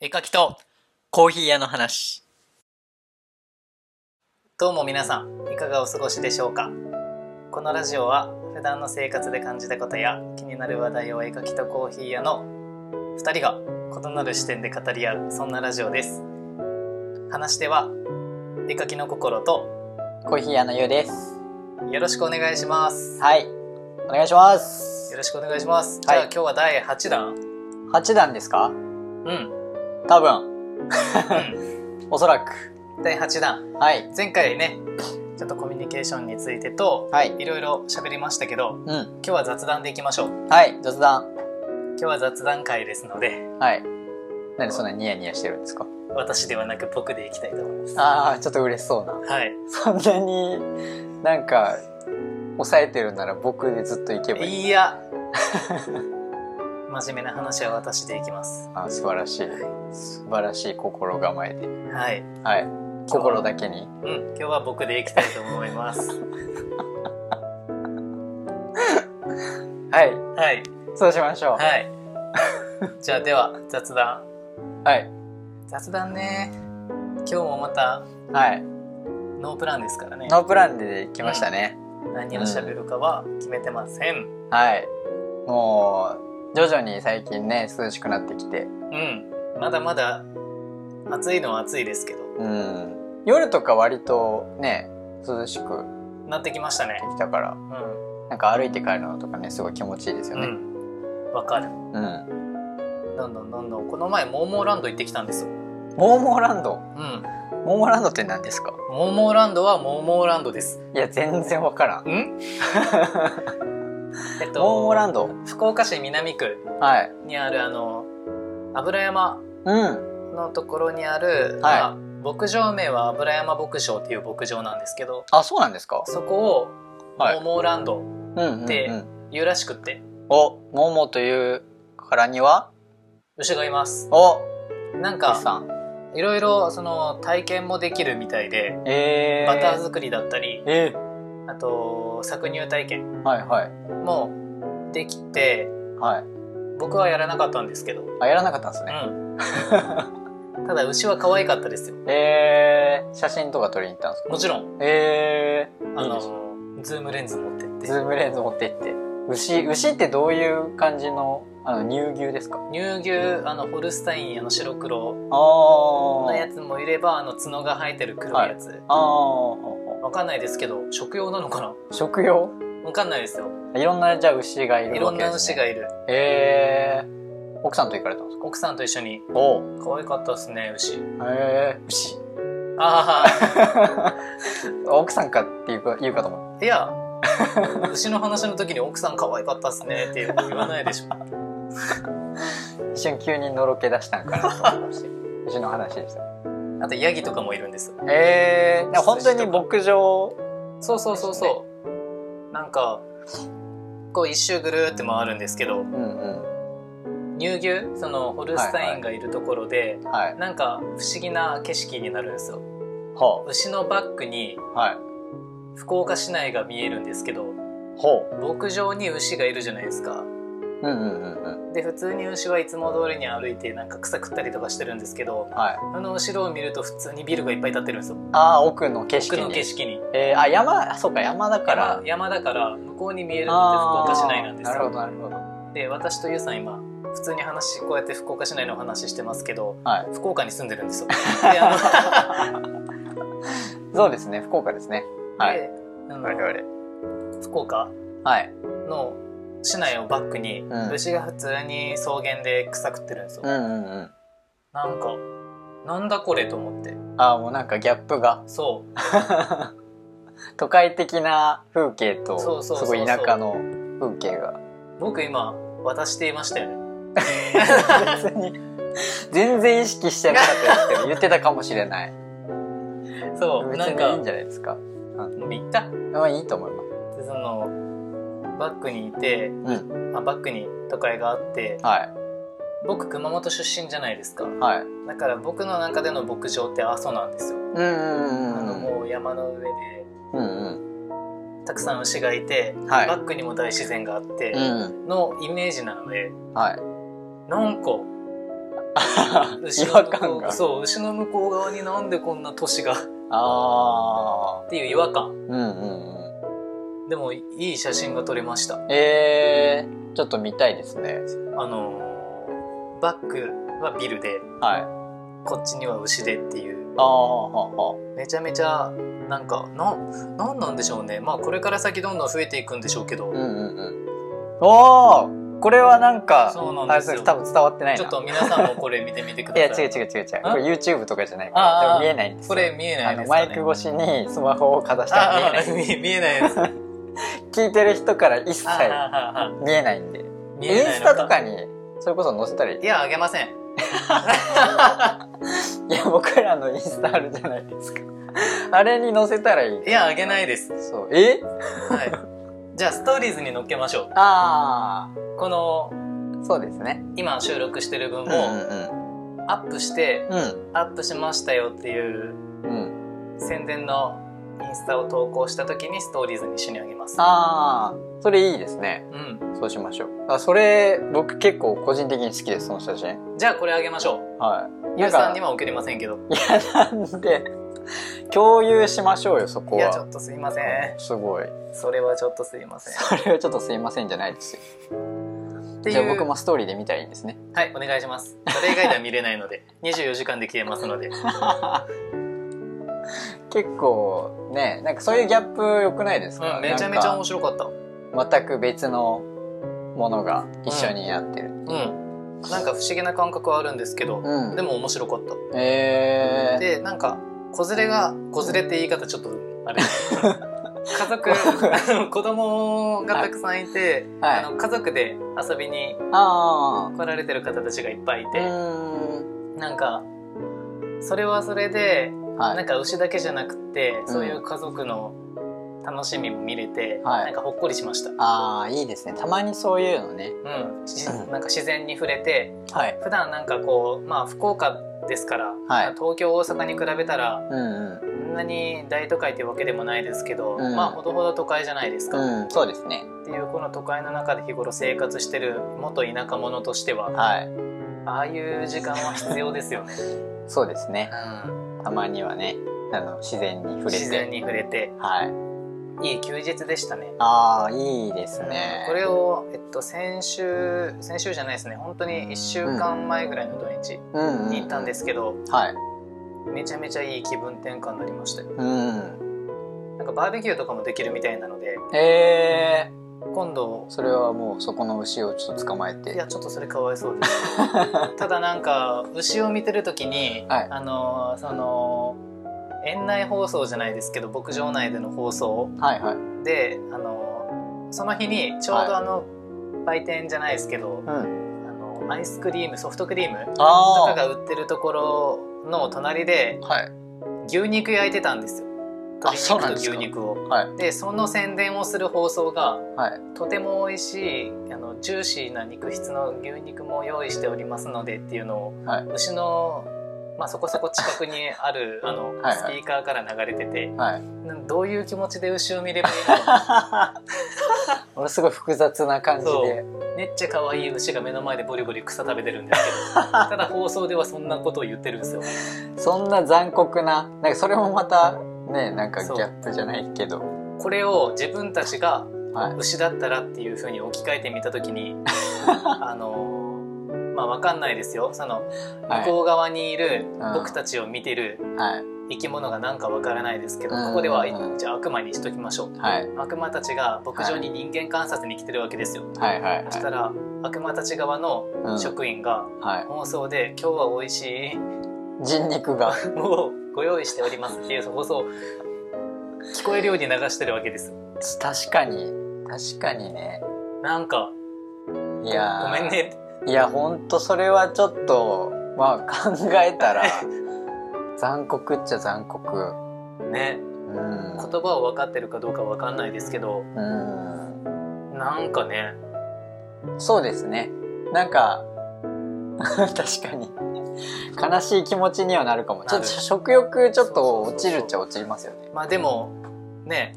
絵描きとコーヒー屋の話どうも皆さんいかがお過ごしでしょうかこのラジオは普段の生活で感じたことや気になる話題を絵描きとコーヒー屋の2人が異なる視点で語り合うそんなラジオです話し手は絵描きの心とコーヒー屋のゆうです。よろしくお願いしますはい。お願いしますよ。ろしくお願いします、はじゃいあ今日は第8弾8段ですかうん多分。おそらく。第8弾はい。前回ねちょっとコミュニケーションについてとはい。いろいろ喋りましたけどうん。今日は雑談でいきましょうはい。雑談。今日は雑談会ですのではい。何そんなニヤニヤしてるんですか私ではなく僕でいきたいと思いますああ、ちょっと嬉しそうな。はいそんなに、なんか、抑えてるなら僕でずっといけばいい。いや 真面目な話は私でいきますあー素晴らしい。素晴らしい心構えで。はいはい。心だけに。うん今日は僕でいきたいと思いますはい。はいそうしましょう。はい。はいじゃあでは雑談はい。雑談ね今日もまたノープランですからねノープランで来ましたね。何を喋るかは決めてませんはい。もう、徐々に最近ね、涼しくなってきて。うんまだまだ暑いのは暑いですけどうん。夜とか割とね、涼しくなってきましたねできたから、うんなんか歩いて帰るのとかね、すごい気持ちいいですよね。うん、わかるうん。どんどんどんどんこの前モーモーランド行ってきたんですよモーモーランド。うんモーモーランドって何ですかモーモーランドはモーモーランドですいや、全然わからん。ん えっモーモーとランド福岡市南区はい。にあるあの油山うん。のところにある、はいまあ牧場名は油山牧場っていう牧場なんですけどあ、そうなんですかそこをモはいーモーランドうんうん、でうん。言うらしくってお、モーモーというからには、牛がいますお、なん岸かさん。いろいろその体験もできるみたいでえー。バター作りだったりえー。あと搾乳体験はいはい。もうできてはい。僕はやらなかったんですけど、あ、やらなかったんですね。うん ただ牛は可愛かったですよえー、写真とか撮りに行ったんですかもちろんえー、あいいのですズームレンズ持ってってズームレンズ持ってって牛牛ってどういう感じのあの乳牛ですか乳牛あのホルスタインあの白黒ああのやつもいればあの角が生えてる黒いやつ、ああわかんないですけど食用なのかな食用わかんないですよいろんなじゃあ牛がいいるろわんけなです、ね、牛がいるえー、奥さんと行かれたんですか奥さんと一緒におお可愛かったですね牛えー、牛あ奥さんかっていうか言うかと思っあい や牛の話の時に奥さん可愛かったっすねって言わないでしょた一瞬急にのろけ出したんかなと思いま して牛の話でしたあとヤギとかもいるんですえー、でも本当に牧場そうそうそうそうなんかこう一周ぐるーって回るんですけどうんうん乳牛そのホルスタインがいるところで、はいなんか不思議な景色になるんですよほ牛のバックにうはい福岡市内が見えるんですけどほ牧場に牛がいるじゃないですかううんうんうんうんで普通に牛はいつも通りに歩いてなんか草食ったりとかしてるんですけどはいあの後ろを見ると普通にビルがいっぱい建ってるんですよああ奥の景色奥にの景色にえー、あ山あそうか山だから山山だから向こうに見えるのあって福ー岡市内なんですよなるほどなるほどで私とゆうさん今普通に話こうやって福岡市内のお話してますけどはい福岡に住んでるん ですよ。であそうですね福岡ですねのはいであの我々福岡はいの市内をバックに、うん牛が普通に草原で草食ってるんですよ。うんうんうんなんかなんだこれと思ってああもうなんかギャップがそ都会的な風景そうとすそうそうそうごい田舎の風景がう僕今渡していましたよね。別に全然意識してなかったですけど言ってたかもしれないそう別なんにいいかんじゃないですかもう行ったでまあいいと思いますそのバックにいて、うんあバックに都会があってはい僕熊本出身じゃないですか。はいだから僕の中での牧場って阿蘇なんですよ、うんうんあうのんうんもう山の上でうんたくさん牛がいて、はいバックにも大自然があってうんうんのイメージなので、はいなんか 違和感がそう牛の向こう側になんでこんな都市がっああていう違和感うんうんうんでもいい写真が撮れましたえー、ちょっと見たいですねあのーバックはビルではいこっちには牛でっていうああはめちゃめちゃなんかなんなんなんでしょうねまあこれから先どんどん増えていくんでしょうけど、うんうんうんおおこれはなんかそうなんですよあ多分伝わってないなちょっと皆さんもこれ見てみてくいだやさい違う違う違う違うこれ YouTube とかじゃないかあらあ見えないんですよこれ見えなあいでのすマか、ね、イク越しにスマホをかざしても見えあなあい見え見えないですね聞いてる人から一切ああああ見えないんで 見インえないスのかタとかにそれこそ載せたりいやあげませんいや僕らのインスタあるじゃないですかあれに載せたらいいいやあげないですそうえはいじゃあストーリーズに載っけましょうあこのあそうですね今収録してる分うんもアップしてうんうんアップしましたよっていううんうん宣伝のインスタを投稿した時にストーリーズに一緒にあげますああそれいいですねうんそうしましょうあそれ僕結構個人的に好きですその写真じゃあこれあげましょうはいゆうさんにいは送りませんけどやなんで共有しましょうよそこいはやちょっとすいませんすごいそれはちょっとすいませんそれはちょっとすいませんじゃないですよっていうじゃあ僕もストーリーで見たらいいですねはいお願いしますそれ以外では見れないので24時間で消えますので結構ねなんかそういうギャップ良くないですか,、うん、めちゃめちゃなん面白かったか全く別のものが一緒になってうる、んなんか不思議な感覚はあるんですけど、うんでも面白かったえー、でなんか子連れが子連れって言い方ちょっとあ れ家族あの 子供がたくさんいて、はいあの家族で遊びにあ来られてる方たちがいっぱいいあうて、ーんなんかそれはそれで、はいなんか牛だけじゃなくてんそういう家族の楽しみも見れて、はいなんかほっこりしました、ああいいですねたまにそういうのねうんしうんなんか自然に触れてはい普段なんかこうまあ福岡ですから、はい東京大阪に比べたらうんうんそんなに大都会ってわけでもないですけど、うんまあほどほど都会じゃないですか、っうん、そうですね。ていうこの都会の中で日頃生活してる元田舎者としてははい。ああいう時間は必要ですよね、そうですね。うんたまにはね、あの自然に触れ自然て。に触れてはい。いい休日でしたねああ、いいですね。これを、えっと、先週先週じゃないですね本当に1週間前ぐらいの土日うんうんに行ったんですけど、はい。めちゃめちゃいい気分転換になりましたようん。なんかバーベキューとかもできるみたいなのでえー、今度それはもうそこの牛をちょっと捕まえて。いやちょっとそれかわいそうです ただなんか牛を見てる時に、はいあのーその園内放送じゃないですけど牧場内での放送はいはい。で、あのーその日にちょうどあの、売店じゃないですけど、うん。あのアイスクリームソフトクリームとかあが売ってるところの隣であ。はい。牛肉焼いてたんですよあそうなん鶏です肉とか牛肉をはい。でその宣伝をする放送がはい。とても美味しいあのジューシーな肉質の牛肉も用意しておりますのでっていうのを、はい牛の、まあ、そこそこ近くにあるあのはいスピーカーから流れてて、 はい。 なんどういう気持ちで牛を見ればいいのか俺すごい複雑な 感じそで。うめっちゃ可愛い牛が目の前でボリボリ草食べてるんです けどただ放送ではそんなことを言ってるんですよ。そんな残酷な、なんかそれもまた、ね、なんかギャップじゃないけど。これを自分たちがはい。牛だったらっていうふうに置き換えてみた時 にあのまあわかんないですよその向はい。こう側にいるうん僕たちを見てるはい。生き物がなんかわからないですけど、うんここではうんじゃあ悪魔にしときましょうはい。悪魔たちが牧場に人間観察に来てるわけですよ、はい。はい。そしたら悪魔たち側のうん職員がはい。放送で「今日は美味しい 人肉が。をご用意しております」っていう放送を聞こえるように流してるわけです確かに確かにねなんかいやーごめんねいやほんとそれはちょっとまあ考え たら残酷っちゃ残酷ねうん言葉を分かってるかどうかわかんないですけどうなんかねんそうですねなんか 確かに悲しい気持ちにはなるかもちょっとなる食欲ちょっと落ちるっちゃ落ちますよねまあでもね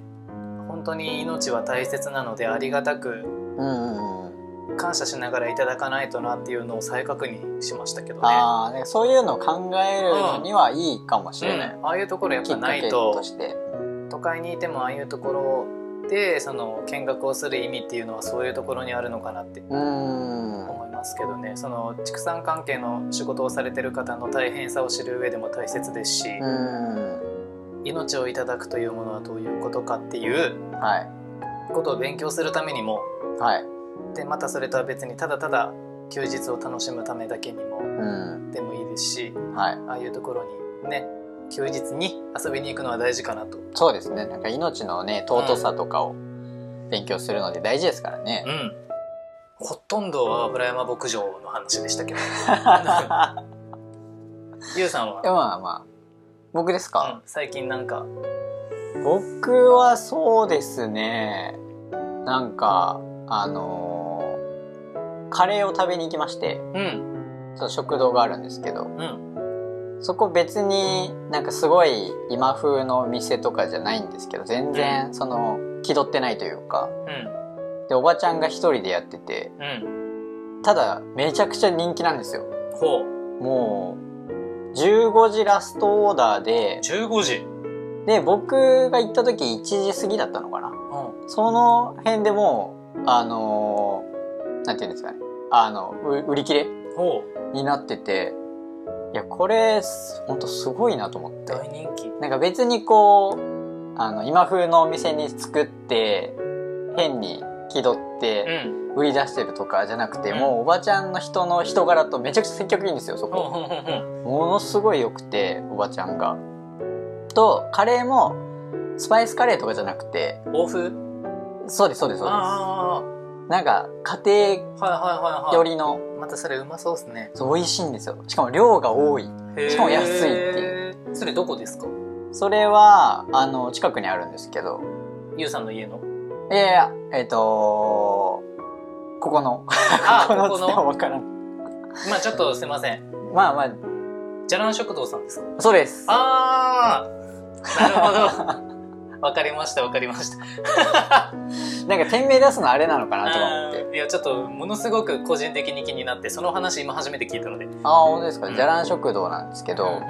本当に命は大切なのでありがたくうんうんうん感謝しながらいただかないとなっていうのを再確認しましたけどね。ああ、ねそういうのを考えるのにはいいかもしうんれない。ああいうところやっきぱっかなけいととして。都会にいてもああいうところでその見学をする意味っていうのはそういうところにあるのかなってうーん。思いますけどねその畜産関係の仕事をされてる方の大変さを知る上でも大切ですし、うー。命をいただくというものはどういうことかっていうんはい。ことを勉強するためにもはい。でまたそれとは別にただただ休日を楽しむためだけにもうん。でもいいですしはい。ああいうところにね休日に遊びに行くのは大事かなと。そうですね。なんか命のね、尊さとかを勉強するので大事ですからねう。 んほとんどは油山牧場の話で したけどゆうさんは、でまあまあ。僕ですうか、ん最近なんか僕はそうですね。なんか、あのーカレーを食べに行きまして、うんそう食堂があるんですけど、うんそこ別になんかすごい今風の店とかじゃないんですけど、全然その気取ってないというか、うんで、おばちゃんが一人でやってて、うんただめちゃくちゃ人気なんですよ。ほうもう、15時ラストオーダーで、 15時で、僕が行った時1時過ぎだったのかな。うその辺でもう、あのーなんていうんですかね。あの、う売り切れんほになってて、いや、これ、すほんとすごいなと思っうて。大人気なんか別にこう、あの、今風のお店に作って、変に気取ってん売り出してるとかじゃなくて、うんもうおばちゃんの人の人柄とめちゃくちゃ積極的いいんですよ、そこ。ほうほうほうほうものすごい良くておばちゃんが。とカレーもスパイスカレーとかじゃなくて欧風そうですそうですそうであすなんか家あはいはいはいはい庭よりのまたそれうまそうですねそう美味しいんですよしかも量が多いしかも安いっていうそれどこですかそれはあの近くにあるんですけどゆうさんの家 のいやいやえっ、とここのあこのここつってもの分からんまあちょっとすいませんまあまあじゃらん食堂さんですかそうですああなるほどわかりましたわかりましたなんか店名出すのあれなのかなとか思ってうんいやちょっとものすごく個人的に気になってその話今初めて聞いたのでああ本当ですかうんじゃらん食堂なんですけうんうど、ん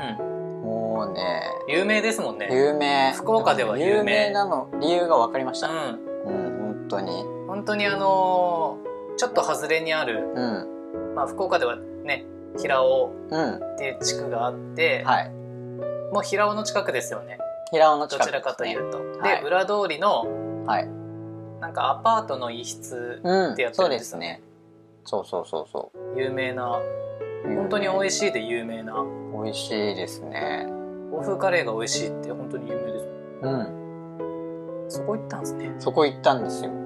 もうね有名ですもんね有名福岡では有名有名なの理由が分かりましうたんうん、本当に。本当にあのーちょっと外れにある、うん。まあ、福岡ではね平尾うん。っていう地区があって、はい。もう平尾の近くですよね平尾のど近ちく、らかとい。うとで,、はい裏通りのはい。なんかアパートの一室うん。ってやってそるうんでですすよね。そうそうそうそう。有名な本当に美味しいで有名な美味しいですね。欧風カレーが美味しいって本当に有名ですうん。そこ行ったんですねそこ行ったんですよ。な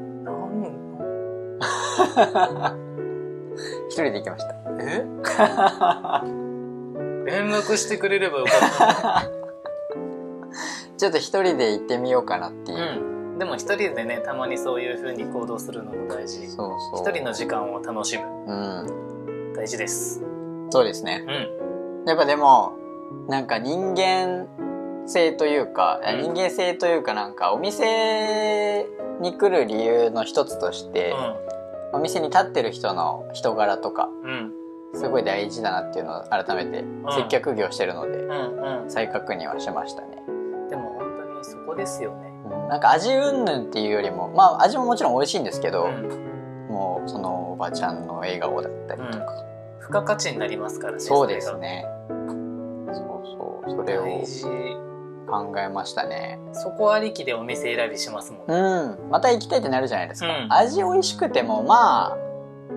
ん一人で行きました。え連絡してくれればよかった ちょっと一人で行ってみようかなっていう。 うん、でも一人でねたまにそういう風に行動するのも大事一そうそう。人の時間を楽しむうん。大事ですそうですね。うんやっぱでも、なんか人間性というか、うん人間性というかなんかお店に来る理由の一つとして、お店に立ってる人の人柄とかうんうんすごい大事だなっていうのを改めてん接客業してるのでうんう再確認はしましたね、んでも本当にそこですよねうんなんか味云々っていうよりもまあ味ももちろん美味しいんですけど、うんもうそのおばちゃんの笑顔だったりとか、付加価値になりますからねそうですれがねそうそうそれを大事考えましたねそこありきでお店選びしますもんうねんまた行きたいってなるじゃないですか、うん味美味しくてもまあ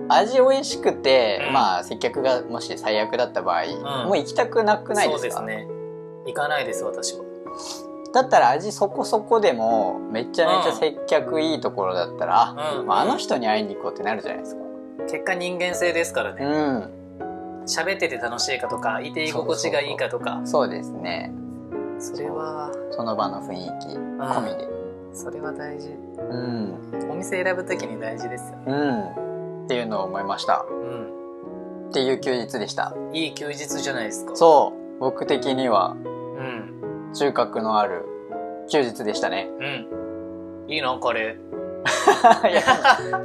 味美味しくて、うんまあ接客がもし最悪だった場合、もう行きたくなくないでそうすでかすね行かないです私はだったら味そこそこでもめちゃめちゃ接客いいところだったら、あうんまあ、あの人に会いに行こうってなるじゃないですか。結果人間性ですからねう喋ってて楽しいかとかいて居心地がいいかとかん、そうですね。それはその場の雰囲気込みで。それは大事うん、お店選ぶときに大事ですよねうん、っていうのを思いました。うっていう休日でした。んいい休日じゃないですかそう、僕的にはうん 中核のある休日でしたね。うんいいなカレーいや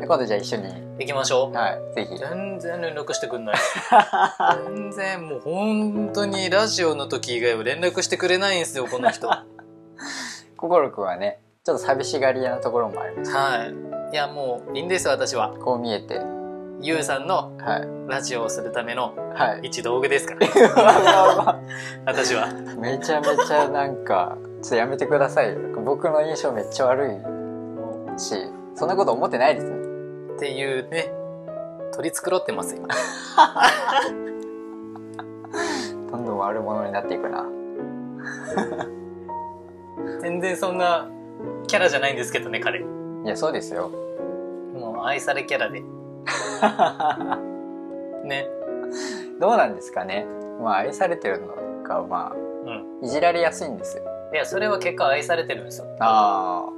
今度じゃあ一緒に、行きましょう。はい、ぜひ。全然連絡してくん ない。全然もう本当にラジオの時以外は連絡してくれないんですよ、この 人。は心くんはね、ちょっと寂しがり屋なところもあります。い。いや、もういいんです、私は。こう見えて、ゆうさんのはラジオをするためのい、 はい。一道具ですから、私は。めちゃめちゃなんかちょっとやめてくださいよ僕の印象めっちゃ悪いしそんなこと思ってないですねっていうね、取り繕ってます、今。どんどん悪者になっていくな全然そんなキャラじゃないんですけどね、彼。いやそうですよもう愛されキャラで。 ね。どうなんですかねまあ愛されてるのかまうん。あいじられやすいんですよいや、それは結果愛されてるんですよ。ああ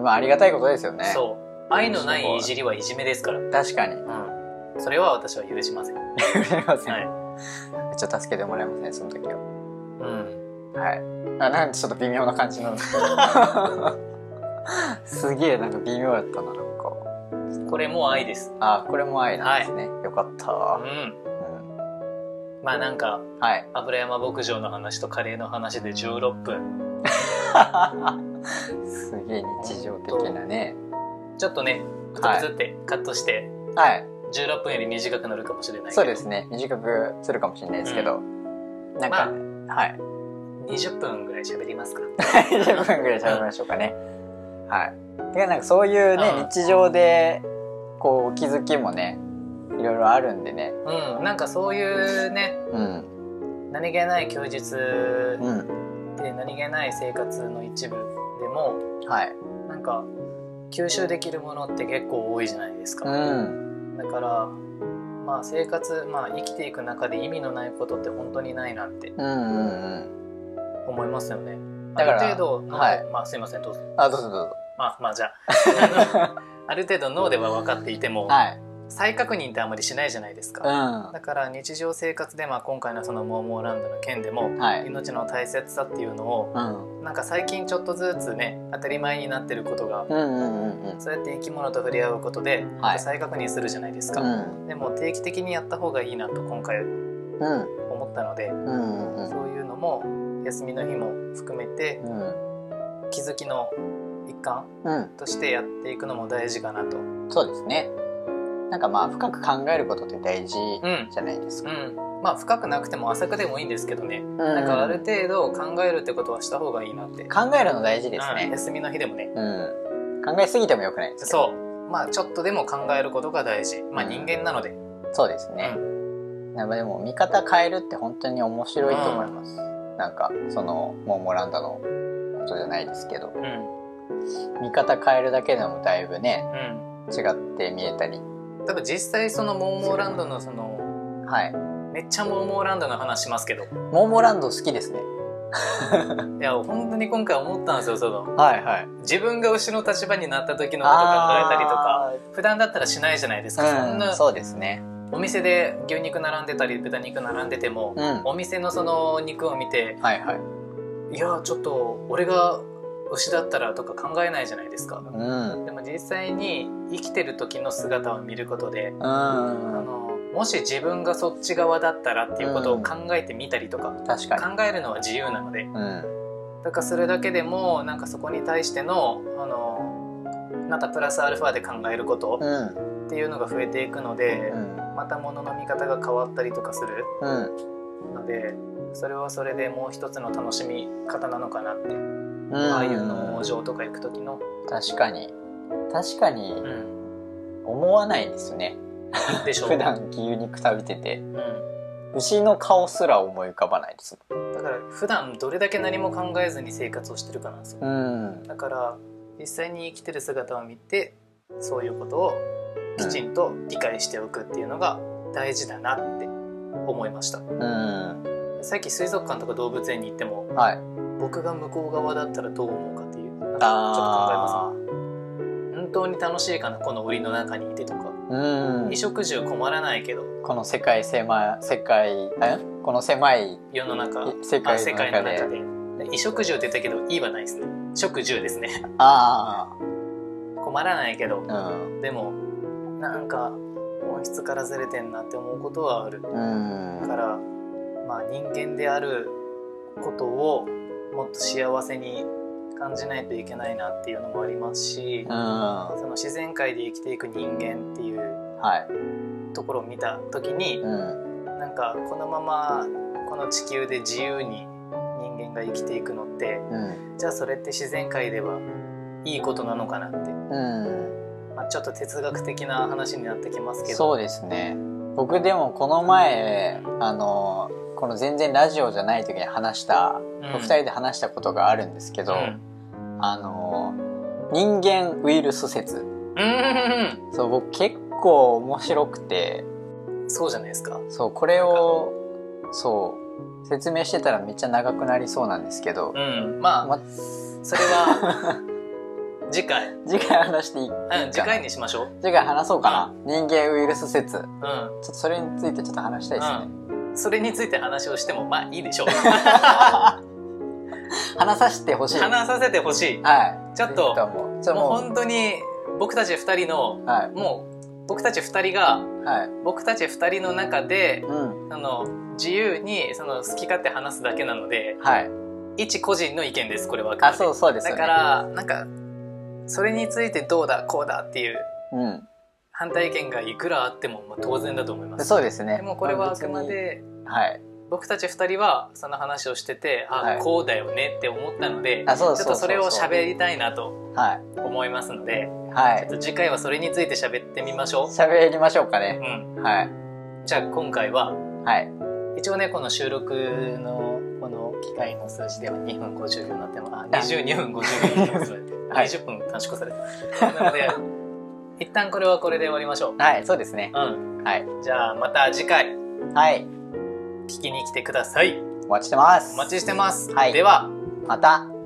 まあありがたいことですよねそう。愛のないいじりはいじめですから。う確 かにん。それは私は許しません。は羨ませい。ん、めっちゃ助けてもらえますねその時はうん。はいあなんかちょっと微妙な 感じなんですけどすげえなんか微妙だったななんかこれも愛です。あこれも愛なんですね、よかった、うん。うんまあなんか、はい 油山牧場の話とカレーの話で16分。すげえ日常的なねちょっとね、プツプツってカットして、はい16分より短くなるかもしれないけど。そうですね短くするかもしれないですけど、なんか、はい20分ぐらい喋りますか。 20分ぐらい喋りましょうかねはいでなんかそういうねうん日常でこう気づきもねいろいろあるんでねうん。なんかそういうね、うん何気ない休日うんで何気ない生活の一部でもはいなんか吸収できるものって結構多いじゃないですうか、んだからまあ生活まあ生きていく中で意味のないことって本当にないなってうんうんうん思いますよねだからある程度、はいまあすいませんどうぞあどうぞどうぞまあまあ じゃああのある程度脳では分かっていても、はい再確認ってあんまりしないじゃないですか、うだから日常生活で、まあ、今回のそのモーモーランドの件でも、んはい命の大切さっていうのをうんなんか最近ちょっとずつね当たり前になってることがうんうんうんうんそうやって生き物と触れ合うことで、はい再確認するじゃないですか、うんでも定期的にやった方がいいなと今回うん思ったのでうんうんそういうのも休みの日も含めてうん気づきの一環うんとしてやっていくのも大事かなとうんそうですねなんかまあ深く考えることって大事じゃないですか、まあ深くなくても浅くでもいいんですけどね、うんなんかある程度考えるってことはした方がいいなって考えるの大事ですうんね、休みの日でもねうん、考えすぎてもよくないですけどそうまあちょっとでも考えることが大事まあうん人間なので、そうですね、やっぱでも見方変えるって本当に面白いと思います、なんかそのモーモランダのことじゃないですけどうんうん見方変えるだけでもだいぶねうん違って見えたり多分実際そのモーモーランドのそのはいめっちゃモーモーランドの話しますけどいモーモランド好きですねや本当に今回思ったんですよそのはいはい自分が牛の立場になった時のこと考えたりとか普段だったらしないじゃないですか、そんうんなそうですねお店で牛肉並んでたり豚肉並んでてもう、んはお店のその肉を見ていはいいやちょっと俺が牛だったらとか考えないじゃないですか、うんでも実際に生きてる時の姿を見ることであうんのもし自分がそっち側だったらっていうことを考えてみたりとか、確かに考えるのは自由なのでうんだからそれだけでもなんかそこに対してのあのまたプラスアルファで考えることうんっていうのが増えていくのでう、んまた物の見方が変わったりとかするうんのでそれはそれでもう一つの楽しみ方なのかなって、うんああいう農場とか行く時の、確かに確かにうん、思わないですねでしょう 普、段牛肉食べててうん、牛の顔すら思い浮かばないですだから普段どれだけ何も考えずに生活をしてるかなんですようんだから実際に生きてる姿を見てそういうことをきちんと理解しておくっていうのが大事だなって思いましたうんさっき水族館とか動物園に行ってもはい僕が向こう側だったらどう思うかっていうなんかちょっと考えまあす本当に楽しいかなこの檻の中にいてとかーうん衣食住困らないけどこの世界狭い世界えこの狭い世の中世あ界世の界の中中でで衣食住って言ったけど「い」はないですね食住ですねああ困 困らないけどうんでもなんか本質からずれてんなって思うことはあるうだんからまあ人間であることをもっと幸せに感じないといけないなっていうのもありますしうんはその自然界で生きていく人間っていうところを見た時にいうんなんかこのままこの地球で自由に人間が生きていくのってうんじゃあそれって自然界ではいいことなのかなって、うんまあ、ちょっと哲学的な話になってきますけどそうですね僕でもこの前あのこの全然ラジオじゃない時に話した、うん二人で話したことがあるんですけど、うんあの人間ウイルス説うんそう僕結構面白くてそうじゃないですか。そうこれをそう説明してたらめっちゃ長くなりそうなんですけど、うん、まあ、まそれは 次回、うん、次回話していいいいかな次回にしましょう。次回話そうかな、人間ウイルス説ちょっうとそれについてちょっと話したいですね、ん、それについて話をしてもまあいいでしょう。話させてほしい話させてほしい。はいちょっといい思うちょっともうも本当に僕たち二人のうはいもう僕たち二人がはい僕たち二人の中でうんあの自由にその好き勝手話すだけなのではい一個人の意見ですこれはあそうそうですよだねからなんかそれについてどうだこうだっていううん反対意見がいくらあってもまあ当然だと思います。そうですねでもこれはあくま別にではい僕たち2人はその話をしててあ、はいこうだよねって思ったのであそうちそょっとうそうそれを喋りたいなとはい思いますので、はちょいっと次回はそれについて喋ってみましょ喋りましょうかう、うねん、はいじゃあ今回ははい一応ねこの収録のこの機械の数字では2分50秒になってますあ22分50秒になってます はい20分短縮されたなので一旦これはこれで終わりましょう、はいそうですねうはいん、じゃあまた次回はい聞きに来てくださいお待ちしてますお待ちしてます、はいではまた